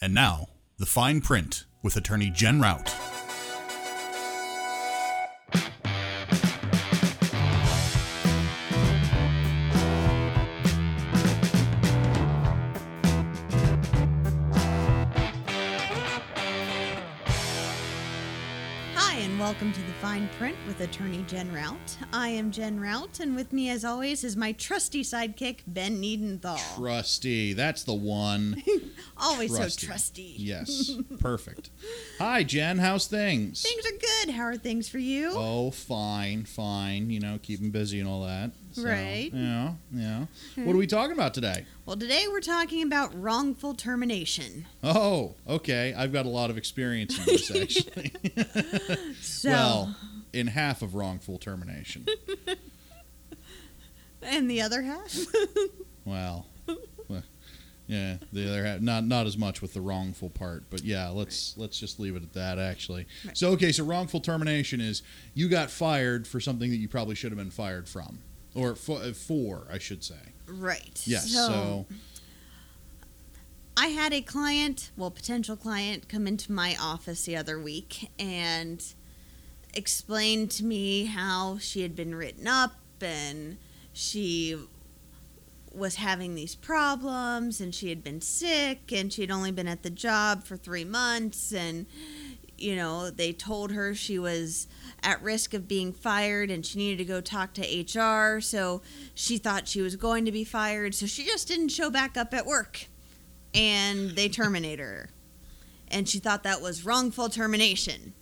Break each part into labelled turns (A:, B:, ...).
A: And now, the fine print with attorney Jen Rout.
B: Hi, and welcome to the Fine Print with attorney Jen Rout. I am Jen Rout, and with me, as always, is my trusty sidekick, Ben Needenthal.
A: Trusty, that's the one.
B: always
A: trusty.
B: so trusty.
A: Yes, perfect. Hi, Jen. How's things?
B: Things are good. How are things for you?
A: Oh, fine, fine. You know, keeping busy and all that. So,
B: Right. Hmm.
A: Yeah, yeah. What are we talking about today?
B: Well, today we're talking about wrongful termination.
A: Oh, okay. I've got a lot of experience in this, actually.
B: So,
A: Well, in half of wrongful termination.
B: and the other half?
A: Well, well, yeah, the other half, not not as much with the wrongful part, but yeah, let's let's just leave it at that. Actually,
B: Right.
A: so okay, so wrongful termination is you got fired for something that you probably should have been fired from, or for, for I should say.
B: right.
A: Yes.
B: So,
A: So,
B: I had a client, well, potential client, come into my office the other week and explained to me how she had been written up and she was having these problems and she had been sick and she had only been at the job for three months and you know they told her she was at risk of being fired and she needed to go talk to hr so she thought she was going to be fired so she just didn't show back up at work and they terminate her. And she thought that was wrongful termination.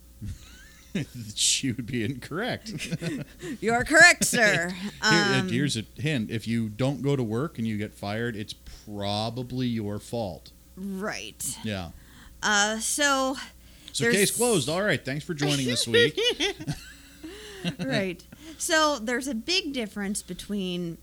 A: she would be incorrect.
B: You're correct, sir.
A: Here-
B: Um,
A: here's a hint: if you don't go to work and you get fired, it's probably your fault.
B: right.
A: Yeah.
B: Uh, so,
A: So
B: There's-
A: case closed. All right. Thanks for joining this week.
B: right. So, there's a big difference between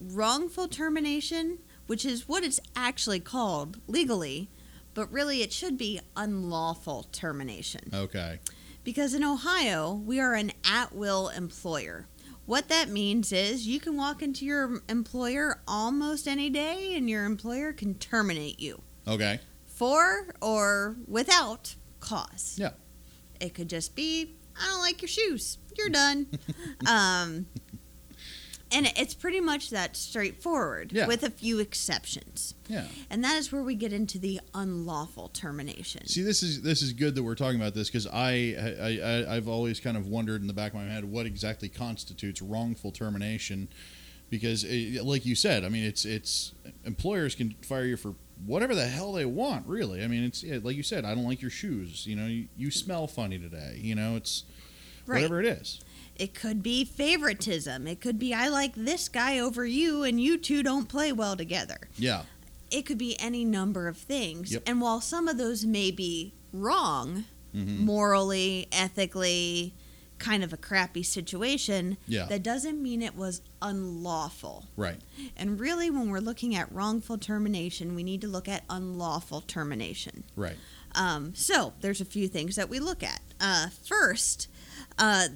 B: wrongful termination, which is what it's actually called legally, but really it should be unlawful termination.
A: Okay.
B: Because in Ohio, we are an at will employer. What that means is you can walk into your employer almost any day and your employer can terminate you
A: Okay.
B: for or without cause.
A: Yeah.
B: It could just be, I don't like your shoes. You're done. um, and it's pretty much that straightforward
A: Yeah.
B: with a few exceptions.
A: Yeah.
B: And that is where we get into the unlawful termination.
A: See, this is this is good that we're talking about this because I, I, I I've always kind of wondered in the back of my head what exactly constitutes wrongful termination, because eh, like you said, I mean it's it's employers can fire you for whatever the hell they want, really. I mean it's yeah, like you said, I don't like your shoes. You know, you, you smell funny today. You know, it's
B: Right.
A: whatever it is.
B: It could be favoritism. It could be I like this guy over you and you two don't play well together.
A: Yeah,
B: It could be any number of things.
A: Yep.
B: And while some of those may be wrong,
A: Mhm.
B: morally, ethically, kind of a crappy situation,
A: Yeah.
B: that doesn't mean it was unlawful.
A: right.
B: And really, when we're looking at wrongful termination, we need to look at unlawful termination.
A: Right.
B: Um, so there's a few things that we look at. Uh, first, uh,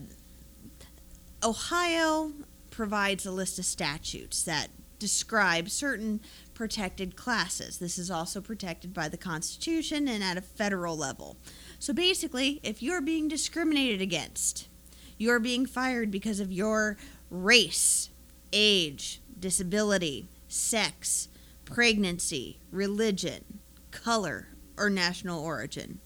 B: Ohio provides a list of statutes that describe certain protected classes. This is also protected by the Constitution and at a federal level. So basically, if you're being discriminated against, you're being fired because of your race, age, disability, sex, pregnancy, religion, color, or national origin.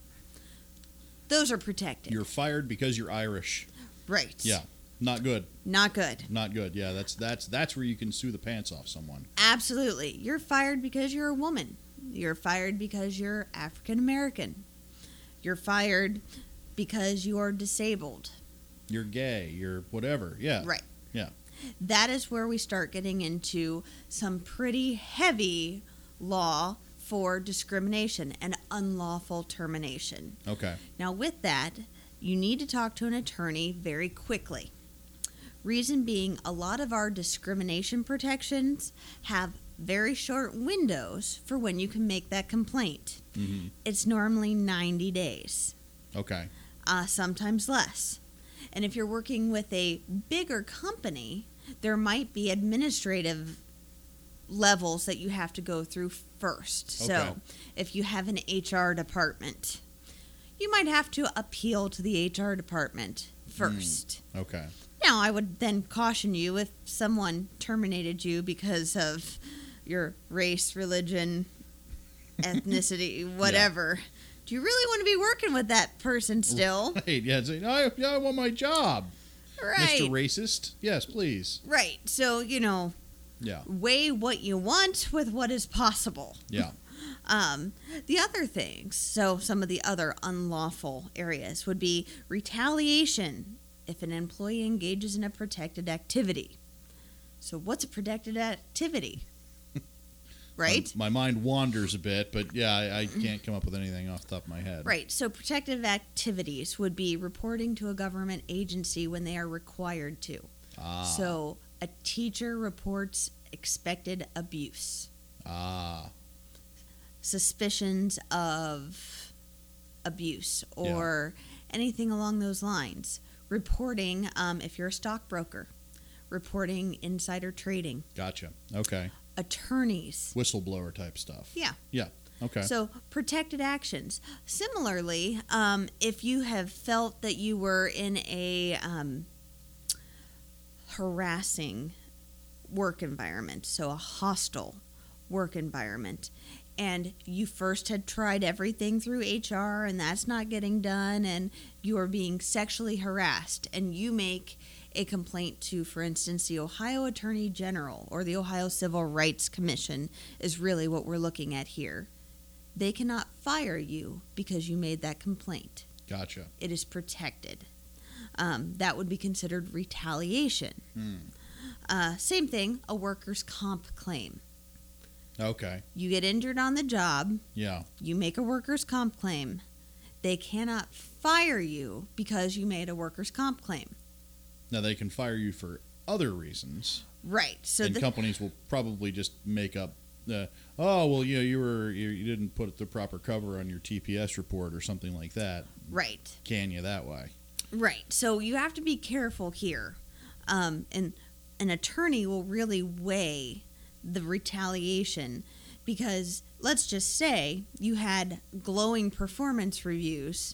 B: Those are protected.
A: You're fired because you're Irish.
B: right.
A: Yeah. Not good.
B: Not good.
A: Not good. Yeah, that's that's that's where you can sue the pants off someone.
B: Absolutely. You're fired because you're a woman. You're fired because you're African American. You're fired because you are disabled.
A: You're gay. You're whatever. Yeah.
B: Right.
A: Yeah.
B: That is where we start getting into some pretty heavy law for discrimination and unlawful termination.
A: Okay.
B: Now, with that, you need to talk to an attorney very quickly. Reason being, a lot of our discrimination protections have very short windows for when you can make that complaint.
A: hmm
B: It's normally 90 days,
A: Okay.
B: uh, sometimes less. And if you're working with a bigger company, there might be administrative levels that you have to go through first.
A: Okay.
B: So if you have an HR department, you might have to appeal to the HR department first.
A: Okay.
B: Now, I would then caution you if someone terminated you because of your race, religion, ethnicity, whatever. Do you really want to be working with that person still?
A: Right. Yeah. It's like, I, yeah, I want my job,
B: right.
A: Mr. Racist. Yes, please.
B: right. So, you know,
A: Yeah.
B: weigh what you want with what is possible.
A: Yeah.
B: Um, the other things, so some of the other unlawful areas would be retaliation if an employee engages in a protected activity. So, what's a protected activity? Right?
A: My, my mind wanders a bit, but yeah, I, I can't come up with anything off the top of my head.
B: Right. So, protective activities would be reporting to a government agency when they are required to.
A: Ah.
B: So, a teacher reports expected abuse.
A: ah.
B: suspicions of abuse
A: Yeah.
B: or anything along those lines. Reporting, um, if you're a stockbroker, reporting insider trading,
A: Gotcha. Okay.
B: attorneys.
A: Whistleblower type stuff.
B: Yeah.
A: Yeah. Okay.
B: So protected actions. Similarly, um, if you have felt that you were in a um, harassing work environment, so a hostile work environment, and you first had tried everything through HR and that's not getting done, and you are being sexually harassed, and you make a complaint to, for instance, the Ohio Attorney General or the Ohio Civil Rights Commission, is really what we're looking at here. They cannot fire you because you made that complaint.
A: gotcha.
B: It is protected. Um, that would be considered retaliation.
A: Hmm.
B: Uh, same thing, a workers' comp claim.
A: Okay.
B: You get injured on the job,
A: Yeah.
B: you make a workers' comp claim. They cannot fire you because you made a workers' comp claim.
A: Now they can fire you for other reasons,
B: Right. So
A: and
B: the,
A: companies will probably just make up. Uh, oh well, you know, you were you, you didn't put the proper cover on your TPS report or something like that.
B: right.
A: Can you that way?
B: Right. So you have to be careful here. Um, and an attorney will really weigh the retaliation because let's just say you had glowing performance reviews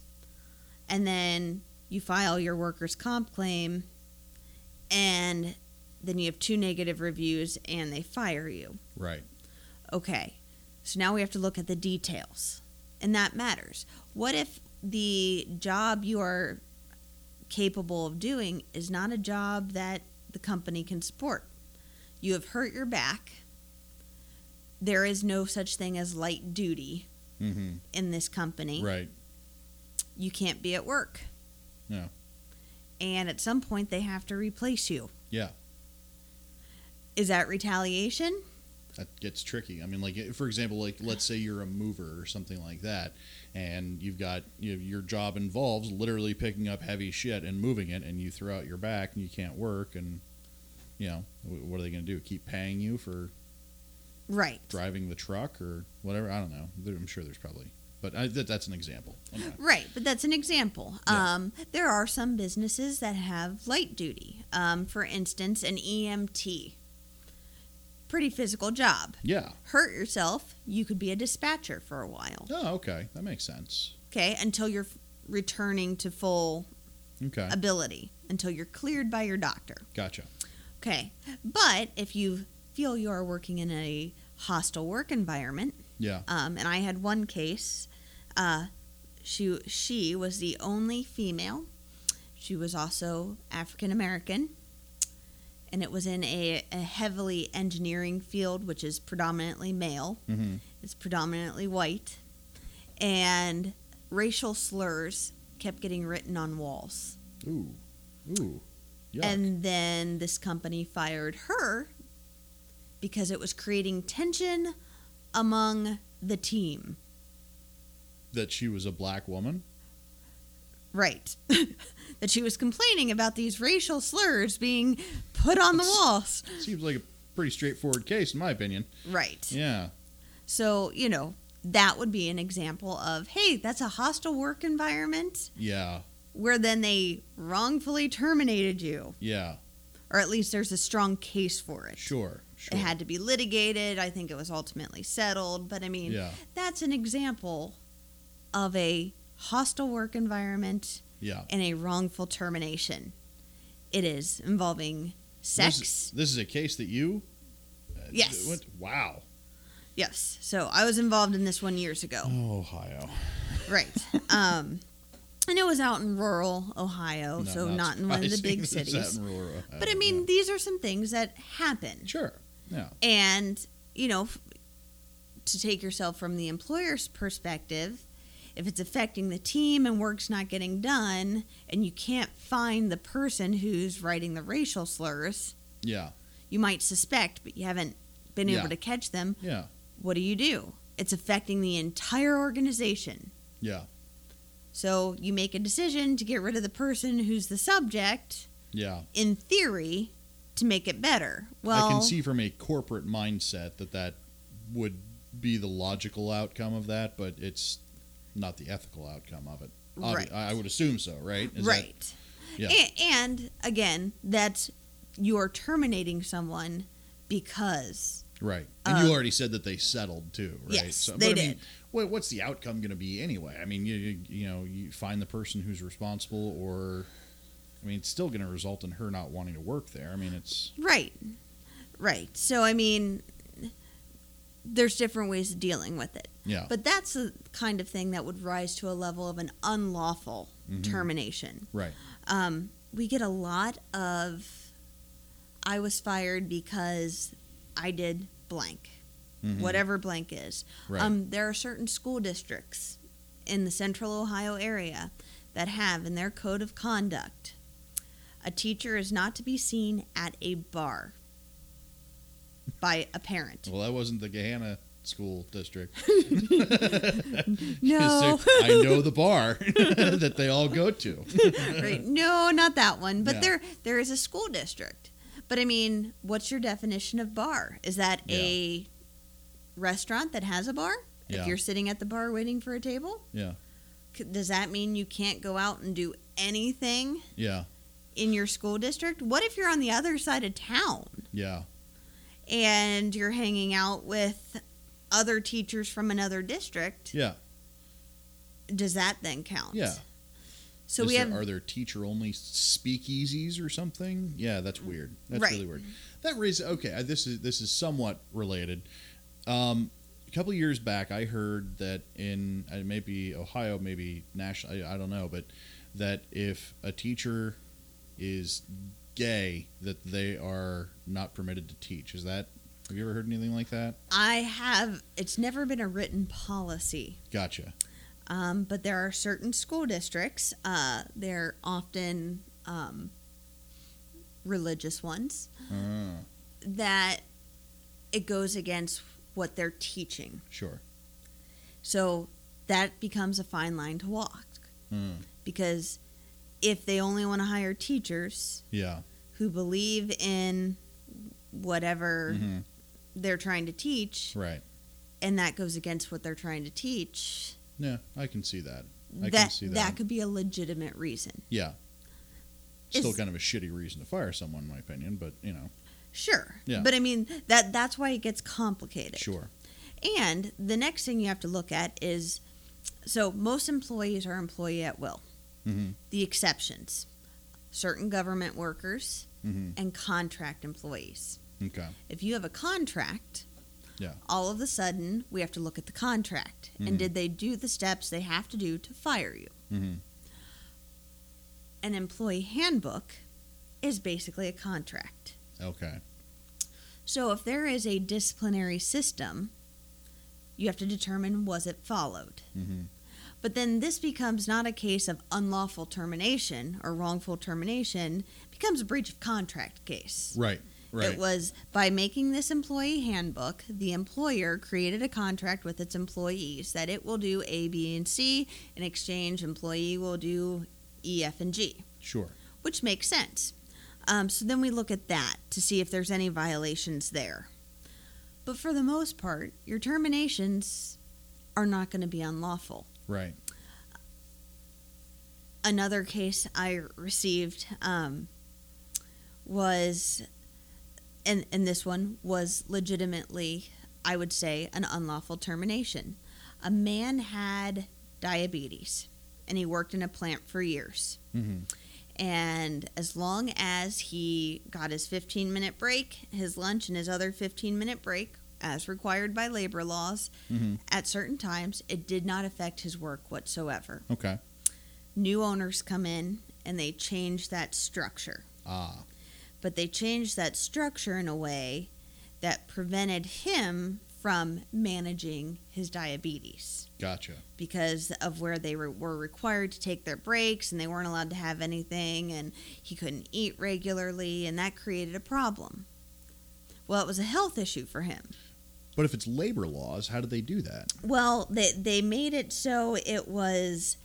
B: and then you file your workers' comp claim and then you have two negative reviews and they fire you.
A: Right.
B: Okay. So now we have to look at the details. And that matters. What if the job you are capable of doing is not a job that the company can support? You have hurt your back. There is no such thing as light duty
A: Mm-hmm.
B: in this company.
A: Right.
B: You can't be at work.
A: Yeah.
B: And at some point, they have to replace you.
A: Yeah.
B: Is that retaliation?
A: That gets tricky. I mean, like for example, like let's say you're a mover or something like that, and you've got you know, your job involves literally picking up heavy shit and moving it, and you throw out your back and you can't work, and you know wh- what are they going to do? Keep paying you for
B: Right.
A: driving the truck or whatever. I don't know. There- I'm sure there's probably, but I, that, that's an example. I'm not-
B: Right, but that's an example.
A: Yeah.
B: Um, there are some businesses that have light duty. Um, for instance, an EMT. Pretty physical job.
A: Yeah.
B: Hurt yourself, you could be a dispatcher for a while.
A: Oh, okay. That makes sense.
B: Okay, until you're f- returning to full
A: Okay.
B: Um, ability, until you're cleared by your doctor.
A: Gotcha.
B: Okay, but if you feel you are working in a hostile work environment,
A: Yeah.
B: um, and I had one case. Uh, she she was the only female. She was also African American, and it was in a, a heavily engineering field, which is predominantly male.
A: Mm-hmm.
B: It's predominantly white, and racial slurs kept getting written on walls.
A: Ooh. Ooh. Yeah.
B: And then this company fired her because it was creating tension among the team.
A: that she was a black woman.
B: Right. that she was complaining about these racial slurs being put on the walls.
A: Seems like a pretty straightforward case, in my opinion.
B: Right.
A: Yeah.
B: So, you know, that would be an example of hey, that's a hostile work environment
A: Yeah.
B: where then they wrongfully terminated you,
A: Yeah.
B: or at least there's a strong case for it.
A: Sure. Sure.
B: It had to be litigated. I think it was ultimately settled. But I mean,
A: Yeah.
B: that's an example of a hostile work environment
A: Yeah.
B: and a wrongful termination. It is involving
A: This-
B: sex.
A: This, is a case that you. uh,
B: Yes.
A: went- wow.
B: Yes. So I was involved in this one years ago.
A: Oh, Ohio.
B: Right. Um, and it was out in rural Ohio, Oh, so not, in one of the
A: surprising
B: big
A: that it's
B: cities.
A: out in rural Ohio.
B: but I mean, these are some things that happen.
A: Yeah. sure. Yeah.
B: And, you know, f- to take yourself from the employer's perspective, if it's affecting the team and work's not getting done and you can't find the person who's writing the racial slurs,
A: Yeah.
B: you might suspect, but you haven't been
A: Yeah.
B: able to catch them.
A: Yeah.
B: What do you do? It's affecting the entire organization.
A: Yeah.
B: So you make a decision to get rid of the person who's the subject,
A: Yeah.
B: in theory, to make it better. Well,
A: I can see from a corporate mindset that that would be the logical outcome of that, but it's not the ethical outcome of it. Obvi-
B: Right.
A: I I would assume so, right? Is that-
B: right.
A: Yeah.
B: A- and, again, that's you're terminating someone because
A: right. And
B: Uh,
A: you already said that they settled too, right?
B: yes,
A: so,
B: they
A: but I mean,
B: did.
A: wha- what's the outcome going to be anyway? I mean, you, you you know, you find the person who's responsible, or I mean, it's still going to result in her not wanting to work there. I mean, it's
B: right, right. So I mean, there's different ways of dealing with it,
A: yeah,
B: but that's the kind of thing that would rise to a level of an unlawful
A: Mhm.
B: termination.
A: right,
B: um, we get a lot of i was fired because i did blank
A: Mhm.
B: whatever blank is
A: right,
B: um, there are certain school districts in the central ohio area that have in their code of conduct a teacher is not to be seen at a bar by a parent
A: Well, that wasn't the Gahanna school district.
B: no
A: I know the bar that they all go to.
B: right. No, not that one. But
A: No.
B: there there is a school district. But I mean, what's your definition of bar? Is that a restaurant that has a bar?
A: Yeah.
B: If you're sitting at the bar waiting for a table?
A: Yeah.
B: C- Does that mean you can't go out and do anything
A: Yeah,
B: in your school district? What if you're on the other side of town
A: yeah,
B: and you're hanging out with other teachers from another district?
A: yeah,
B: Does that then count?
A: yeah.
B: So
A: Is
B: we
A: there-
B: have
A: are there teacher only speakeasies or something? Yeah, that's weird. That's
B: Mm-hmm. Right.
A: really weird. That raises okay. I- This is this is somewhat related. Um, a couple of years back, I heard that in uh, maybe Ohio, maybe national, I, I don't know, but that if a teacher is gay, that they are not permitted to teach. Is that? Have you ever heard anything like that?
B: I have it's never been a written policy.
A: Gotcha.
B: Um, but there are certain school districts, uh, they're often um, religious ones,
A: Uh,
B: that it goes against what they're teaching.
A: sure.
B: So that becomes a fine line to walk
A: Mm,
B: because if they only want to hire teachers
A: yeah.
B: who believe in whatever
A: Mhm.
B: they're trying to teach,
A: Right.
B: and that goes against what they're trying to teach,
A: Yeah, I can see that. I can
B: that,
A: see that.
B: that could be a legitimate reason.
A: Yeah. Still
B: Is-
A: kind of a shitty reason to fire someone, in my opinion, but you know,
B: Sure.
A: Yeah.
B: But I mean that that's why it gets complicated.
A: sure.
B: And the next thing you have to look at is so most employees are employee at will.
A: hmm
B: The exceptions. Certain government workers
A: hmm
B: and contract employees.
A: Okay.
B: If you have a contract,
A: Yeah.
B: all of a sudden we have to look at the contract
A: Mhm.
B: and did they do the steps they have to do to fire you?
A: hmm
B: An employee handbook is basically a contract.
A: Okay.
B: So if there is a disciplinary system, you have to determine was it followed.
A: hmm
B: But then this becomes not a case of unlawful termination or wrongful termination, it becomes a breach of contract case.
A: Right. Right.
B: It was by making this employee handbook, the employer created a contract with its employees that it will do A, B, and C. In exchange, employee will do E, F, and G
A: sure.
B: which makes sense. Um, so then we look at that to see if there's any violations there. But for the most part, your terminations are not going to be unlawful.
A: Right.
B: Another case I received um, was and and this one was legitimately, I would say, an unlawful termination. A man had diabetes, and he worked in a plant for years.
A: hmm
B: And as long as he got his 15 minute break, his lunch, and his other 15 minute break, as required by labor laws,
A: hmm
B: at certain times, it did not affect his work whatsoever.
A: Okay.
B: New owners come in and they change that structure.
A: Ah.
B: But they changed that structure in a way that prevented him from managing his diabetes
A: Gotcha.
B: because of where they were, were required to take their breaks and they weren't allowed to have anything and he couldn't eat regularly and that created a problem. Well, it was a health issue for him.
A: But if it's labor laws, how do they do that?
B: Well, they they made it so it was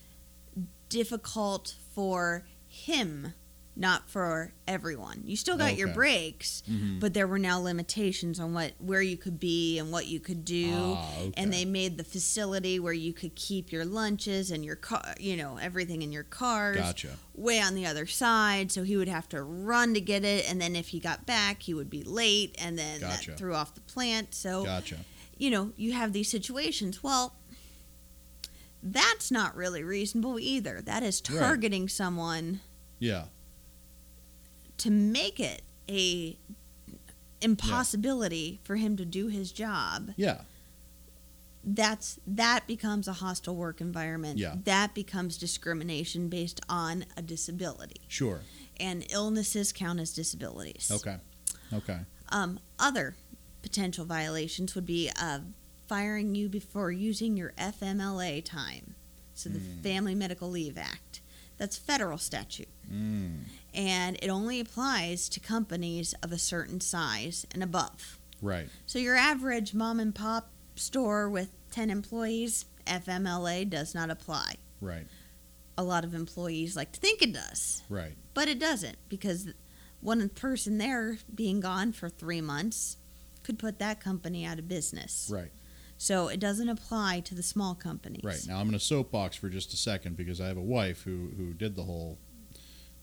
B: difficult for him, not for everyone. You still got your
A: Okay.
B: breaks,
A: Mhm.
B: but there were now limitations on what where you could be and what you could do.
A: Ah, okay.
B: And they made the facility where you could keep your lunches and your car, you know, everything in your cars
A: Gotcha.
B: way on the other side, so he would have to run to get it. And then if he got back, he would be late, and then
A: Gotcha.
B: that threw off the plant. So
A: Gotcha.
B: you know, you have these situations. Well, that's not really reasonable either. That is
A: Right.
B: targeting someone
A: Yeah.
B: to make it a impossibility for him to do his job.
A: Yeah.
B: That's that becomes a hostile work environment.
A: Yeah.
B: That becomes discrimination based on a disability.
A: Sure.
B: And illnesses count as disabilities.
A: Okay. Okay.
B: Um, other potential violations would be uh, firing you before using your FMLA time, so the
A: Hmm.
B: Family Medical Leave Act. That's federal statute,
A: Mm.
B: and it only applies to companies of a certain size and above.
A: Right.
B: So your average mom and pop store with 10 employees, FMLA does not apply.
A: Right.
B: A lot of employees like to think it does.
A: Right.
B: But it doesn't because one person there being gone for three months could put that company out of business.
A: Right.
B: So it doesn't apply to the small companies.
A: Right. Now I'm going to soapbox for just a second because I have a wife who who did the whole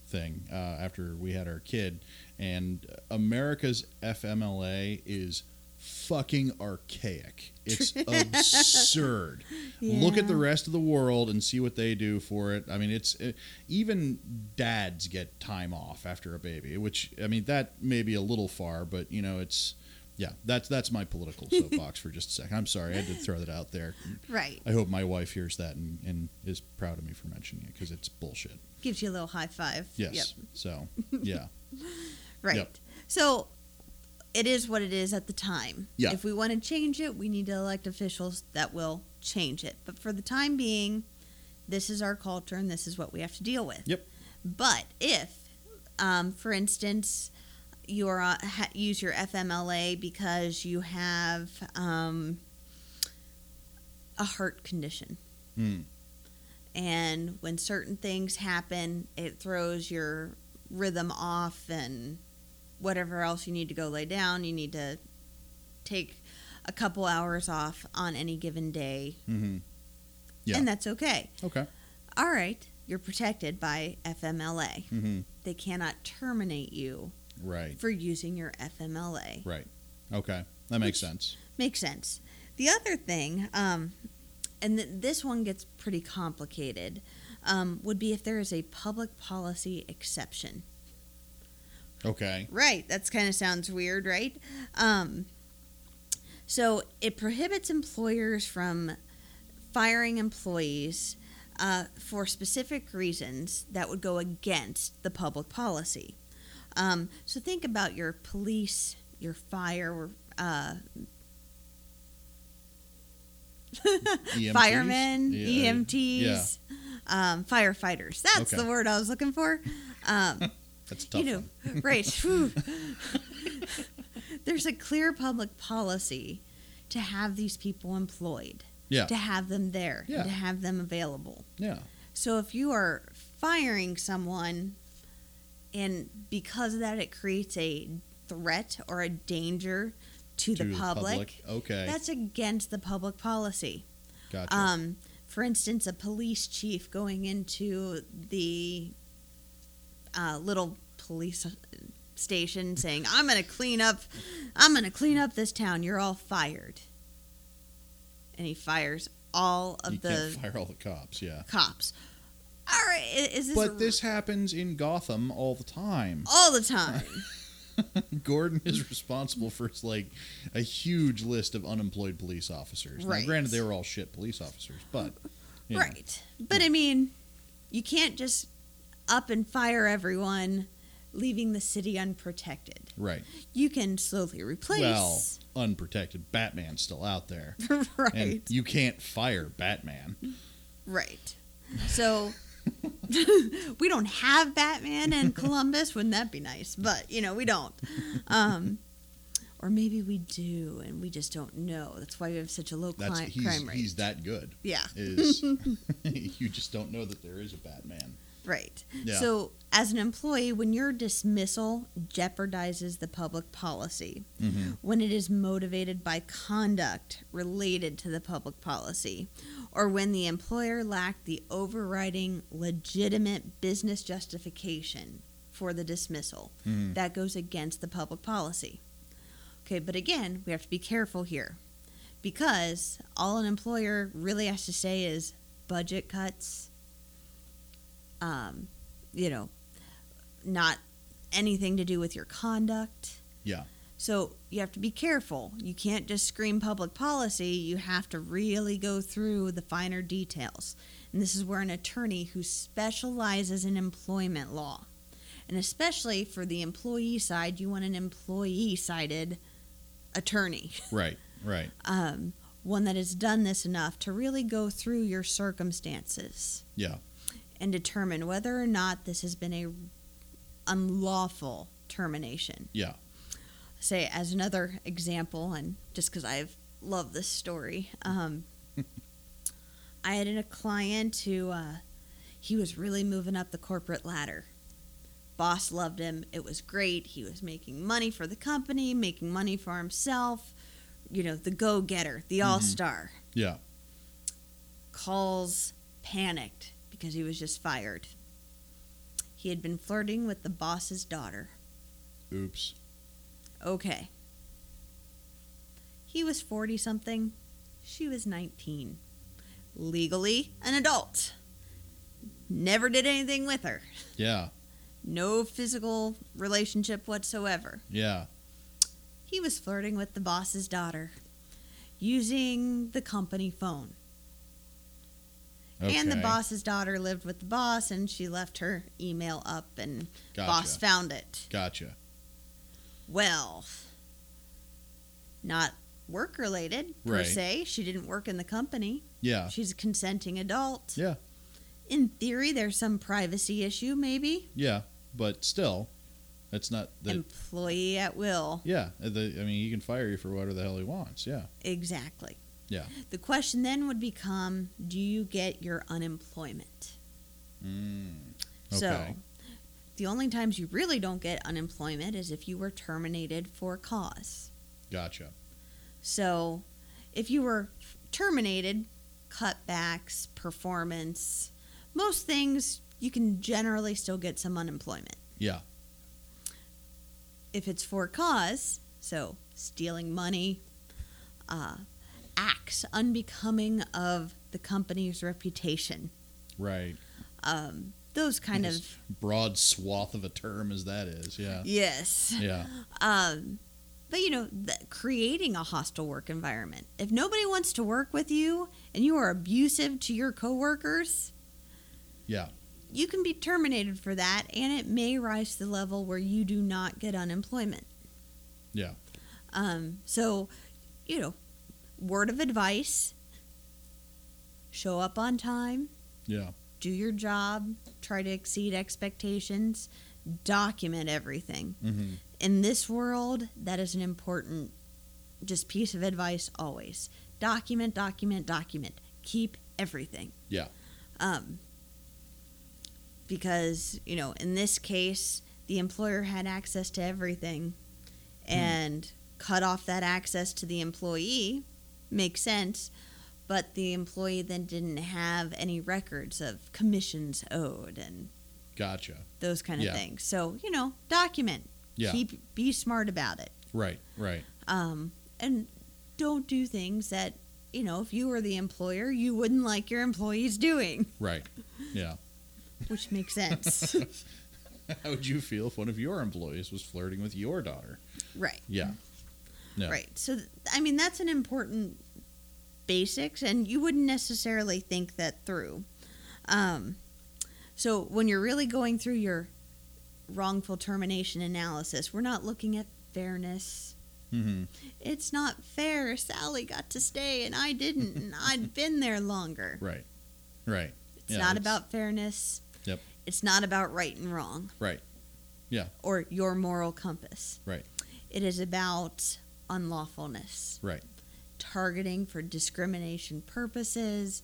A: thing uh, after we had our kid, and America's FMLA is fucking archaic. It's absurd. Look at the
B: Yeah.
A: rest of the world and see what they do for it. I mean, it's it, even dads get time off after a baby, which I mean that may be a little far, but you know it's. Yeah, that's that's my political soapbox for just a second. I'm sorry, I had to throw that out there.
B: Right.
A: I hope my wife hears that and, and is proud of me for mentioning it because it's bullshit.
B: Gives you a little high five.
A: Yes.
B: Yep.
A: So, yeah.
B: Right.
A: Yep.
B: So it is what it is at the time.
A: Yeah.
B: If we want to change it, we need to elect officials that will change it. But for the time being, this is our culture and this is what we have to deal with.
A: Yep.
B: But if, um, for instance, you are, on- ha- use your FMLA because you have um, a heart condition
A: Hmm.
B: and when certain things happen it throws your rhythm off and whatever else you need to go lay down you need to take a couple hours off on any given day
A: hmm Yeah.
B: and that's okay
A: Okay.
B: all right you're protected by FMLA
A: hmm
B: they cannot terminate you
A: Right.
B: for using your FMLA
A: Okay. That makes
B: Which-
A: sense.
B: Makes sense. The other thing, um, and th- this one gets pretty complicated, um, would be if there is a public policy exception.
A: Okay.
B: Right. That's kind of sounds weird, right? Um, so it prohibits employers from firing employees uh, for specific reasons that would go against the public policy. Um, so think about your police, your fire, uh,
A: EMTs?
B: firemen,
A: E
B: E
A: Yeah.
B: EMTs,
A: Yeah.
B: um, firefighters. That's
A: Okay.
B: the word I was looking for. Um,
A: That's a tough.
B: you know,
A: one.
B: right. Whew. There's a clear public policy to have these people employed,
A: Yeah.
B: to have them there, and
A: Yeah.
B: to have them available.
A: Yeah.
B: So if you are firing someone, and because of that, it creates a threat or a danger to,
A: To
B: the public,
A: Okay.
B: that's against the public policy.
A: gotcha.
B: Um, for instance, a police chief going into the uh, little police station saying, "I'm going to clean up, I'm going to clean up this town. You're all fired." And he fires all of
A: you
B: the
A: can't fire all the cops. Yeah,
B: cops. All right, i- is this, a-
A: but this happens in Gotham all the time.
B: all the time?
A: Gordon is responsible for like a huge list of unemployed police officers. Now,
B: Right.
A: granted, they were all shit police officers, but you know,
B: Right. But I mean, you can't just up and fire everyone, leaving the city unprotected.
A: right.
B: You can slowly replace.
A: Well, unprotected. Batman's still out there,
B: right.
A: and you can't fire Batman.
B: Right. So we don't have Batman and Columbus. Wouldn't that be nice? But you know, we don't. Um, or maybe we do, and we just don't know. That's why we have such a low
A: That's
B: cli-
A: he's
B: crime rate.
A: he's that good.
B: Yeah.
A: Is you just don't know that there is a Batman.
B: Right.
A: Yeah.
B: So, as an employee, when your dismissal jeopardizes the public policy,
A: Mm-hmm.
B: when it is motivated by conduct related to the public policy, or when the employer lacked the overriding legitimate business justification for the dismissal.
A: Mhm.
B: That goes against the public policy. Okay, but again, we have to be careful here because all an employer really has to say is budget cuts, um, you know, not anything to do with your conduct.
A: Yeah.
B: So you have to be careful. You can't just scream public policy. You have to really go through the finer details. And this is where an attorney who specializes in employment law, and especially for the employee side, you want an employee sided attorney,
A: Right. Right.
B: um, one that has done this enough to really go through your circumstances
A: Yeah.
B: and determine whether or not this has been a unlawful termination.
A: Yeah.
B: Say as another example, and just because I've loved this story, um, I had a client who uh, he was really moving up the corporate ladder. Boss loved him. It was great. He was making money for the company, making money for himself. You know, the go getter, the all star.
A: Yeah.
B: Calls panicked because he was just fired. He had been flirting with the boss's daughter.
A: Oops.
B: Okay. He was 40 something. She was 19. Legally an adult. Never did anything with her.
A: Yeah.
B: No physical relationship whatsoever.
A: Yeah.
B: He was flirting with the boss's daughter using the company phone.
A: Okay.
B: And the boss's daughter lived with the boss and she left her email up and
A: Gotcha.
B: boss found it.
A: Gotcha.
B: well not work related per
A: Right.
B: se she didn't work in the company
A: Yeah.
B: she's a consenting adult
A: Yeah.
B: in theory there's some privacy issue maybe
A: Yeah. But still, that's not the.
B: employee at will
A: yeah. The, I mean, he can fire you for whatever the hell he wants. Yeah.
B: exactly
A: Yeah.
B: the question then would become do you get your unemployment
A: Mm.
B: so
A: Okay.
B: the only times you really don't get unemployment is if you were terminated for cause
A: Gotcha.
B: So if you were terminated, cutbacks, performance, most things you can generally still get some unemployment.
A: Yeah.
B: If it's for cause, so stealing money, uh, acts unbecoming of the company's reputation,
A: Right.
B: um, those kind
A: Yes.
B: of
A: Broad swath of a term as that is. Yeah.
B: yes.
A: Yeah.
B: Um, but you know, th- creating a hostile work environment. If nobody wants to work with you and you are abusive to your coworkers,
A: Yeah.
B: you can be terminated for that, and it may rise to the level where you do not get unemployment.
A: Yeah.
B: Um, so, you know, word of advice: show up on time,
A: Yeah.
B: do your job, try to exceed expectations, document everything.
A: Mm-hmm.
B: in this world, that is an important just piece of advice always. Document, document, document. Keep everything.
A: Yeah.
B: Um, because, you know, in this case, the employer had access to everything
A: Hmm.
B: and cut off that access to the employee. Makes sense. But the employee then didn't have any records of commissions owed and
A: Gotcha.
B: those kind of
A: Yeah.
B: things. So, you know, document,
A: Yeah.
B: Keep be smart about it.
A: Right. Right.
B: Um, and don't do things that you know if you were the employer you wouldn't like your employees doing,
A: Right. Yeah.
B: which makes sense,
A: How would you feel if one of your employees was flirting with your daughter?
B: right?
A: Yeah. No.
B: Right. So, th- I mean, that's an important basics, and you wouldn't necessarily think that through. Um, so, when you're really going through your wrongful termination analysis, we're not looking at fairness.
A: Mm-hmm.
B: It's not fair. Sally got to stay and I didn't, and I'd been there longer.
A: Right. Right.
B: It's
A: Yeah,
B: not
A: it's-
B: about fairness.
A: Yep.
B: It's not about right and wrong.
A: Right. Yeah.
B: Or your moral compass.
A: Right.
B: It is about unlawfulness.
A: Right.
B: Targeting for discrimination purposes,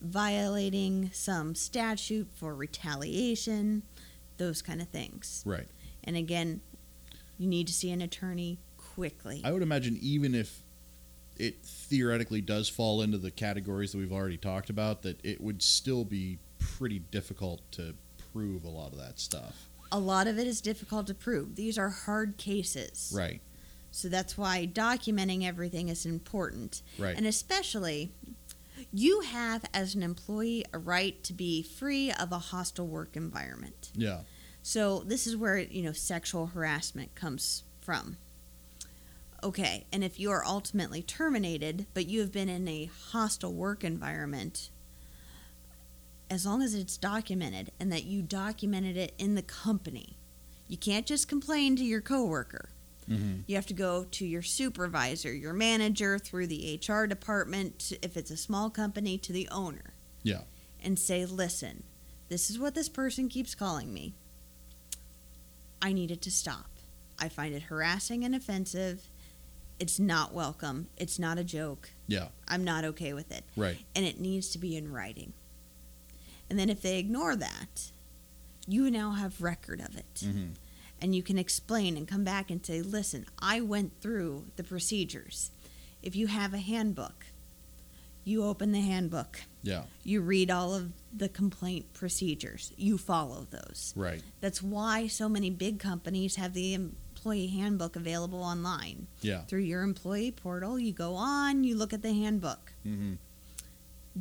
B: violating some statute for retaliation, those kind of things.
A: Right.
B: And again, you need to see an attorney quickly.
A: I would imagine even if it theoretically does fall into the categories that we've already talked about, that it would still be pretty difficult to prove a lot of that stuff.
B: A lot of it is difficult to prove. These are hard cases.
A: Right.
B: So that's why documenting everything is important.
A: Right.
B: And especially, you have as an employee a right to be free of a hostile work environment.
A: yeah.
B: So this is where, you know, sexual harassment comes from. Okay, and if you are ultimately terminated, but you have been in a hostile work environment, as long as it's documented and that you documented it in the company, you can't just complain to your coworker.
A: Mm-hmm.
B: You have to go to your supervisor, your manager, through the HR department, if it's a small company, to the owner.
A: Yeah.
B: And say, listen, this is what this person keeps calling me. I need it to stop. I find it harassing and offensive. It's not welcome. It's not a joke.
A: Yeah.
B: I'm not okay with it.
A: Right.
B: And it needs to be in writing. And then if they ignore that, you now have record of it
A: Mm-hmm.
B: and you can explain and come back and say, listen, I went through the procedures. If you have a handbook, you open the handbook,
A: Yeah.
B: you read all of the complaint procedures, you follow those.
A: Right.
B: That's why so many big companies have the employee handbook available online.
A: Yeah.
B: Through your employee portal, you go on, you look at the handbook,
A: Mm-hmm.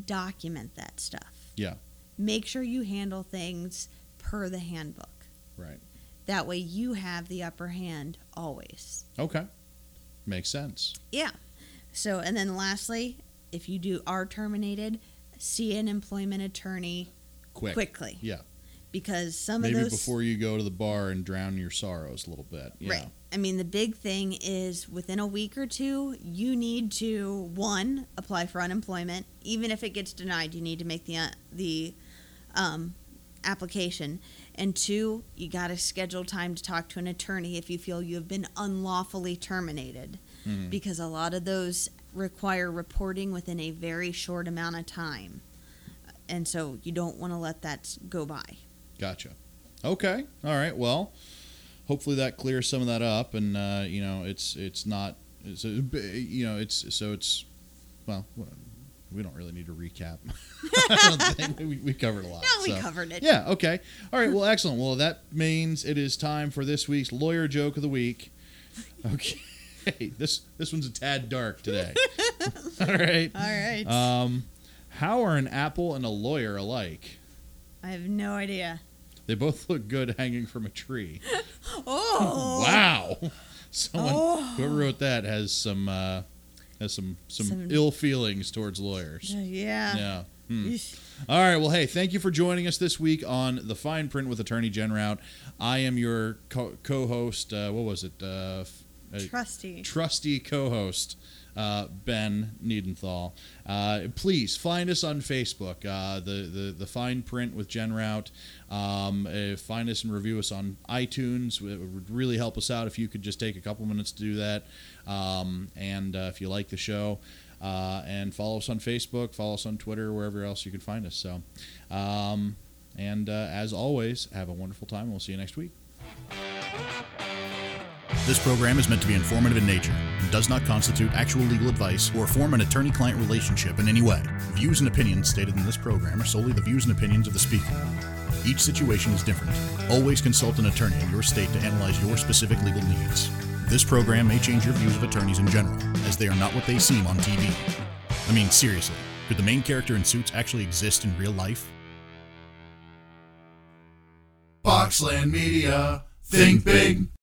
B: document that stuff.
A: Yeah.
B: Make sure you handle things per the handbook.
A: Right.
B: That way you have the upper hand always.
A: Okay. Makes sense.
B: So, and then lastly, if you do are terminated, see an employment attorney
A: Quick.
B: quickly.
A: Yeah.
B: Because some
A: Maybe
B: of those
A: before you go to the bar and drown your sorrows a little bit. Yeah.
B: Right. I mean, the big thing is within a week or two, you need to one apply for unemployment. Even if it gets denied, you need to make the uh, the um, application. And two, you got to schedule time to talk to an attorney if you feel you have been unlawfully terminated,
A: Mhm.
B: because a lot of those require reporting within a very short amount of time, and so you don't want to let that s- go by.
A: Gotcha. Okay. All right. Well, hopefully that clears some of that up, and uh, you know, it's it's not, it's a, you know, it's so it's, well, we don't really need to recap. I don't think we, we covered a lot.
B: No, we
A: so.
B: covered it.
A: Yeah. Okay. All right. Well, excellent. Well, that means it is time for this week's lawyer joke of the week. Okay. this this one's a tad dark today. All right.
B: All right.
A: Um, how are an apple and a lawyer alike?
B: I have no idea.
A: They both look good hanging from a tree.
B: Oh.
A: Wow. Someone
B: Oh.
A: whoever wrote that has some uh, has some, some
B: Some-
A: ill feelings towards lawyers.
B: Yeah.
A: Yeah. Hmm. All right. Well, hey, thank you for joining us this week on the Fine Print with Attorney Jen Rout. I am your co- co-host. Uh, what was it? Uh, f- uh,
B: Trusty.
A: trusty co-host uh, Ben Niedenthal. Uh, please find us on Facebook, uh, the, the the fine print with Jen Rout. Um, uh, find us and review us on iTunes. It would really help us out if you could just take a couple minutes to do that. Um, and uh, if you like the show. Uh, and follow us on Facebook, follow us on Twitter, wherever else you can find us. So, um, and uh, as always, have a wonderful time. and We'll see you next week. This program is meant to be informative in nature and does not constitute actual legal advice or form an attorney client relationship in any way. Views and opinions stated in this program are solely the views and opinions of the speaker. Each situation is different. Always consult an attorney in your state to analyze your specific legal needs. This program may change your views of attorneys in general, as they are not what they seem on TV. I mean, seriously, could the main character in Suits actually exist in real life?
C: Boxland Media. Think big.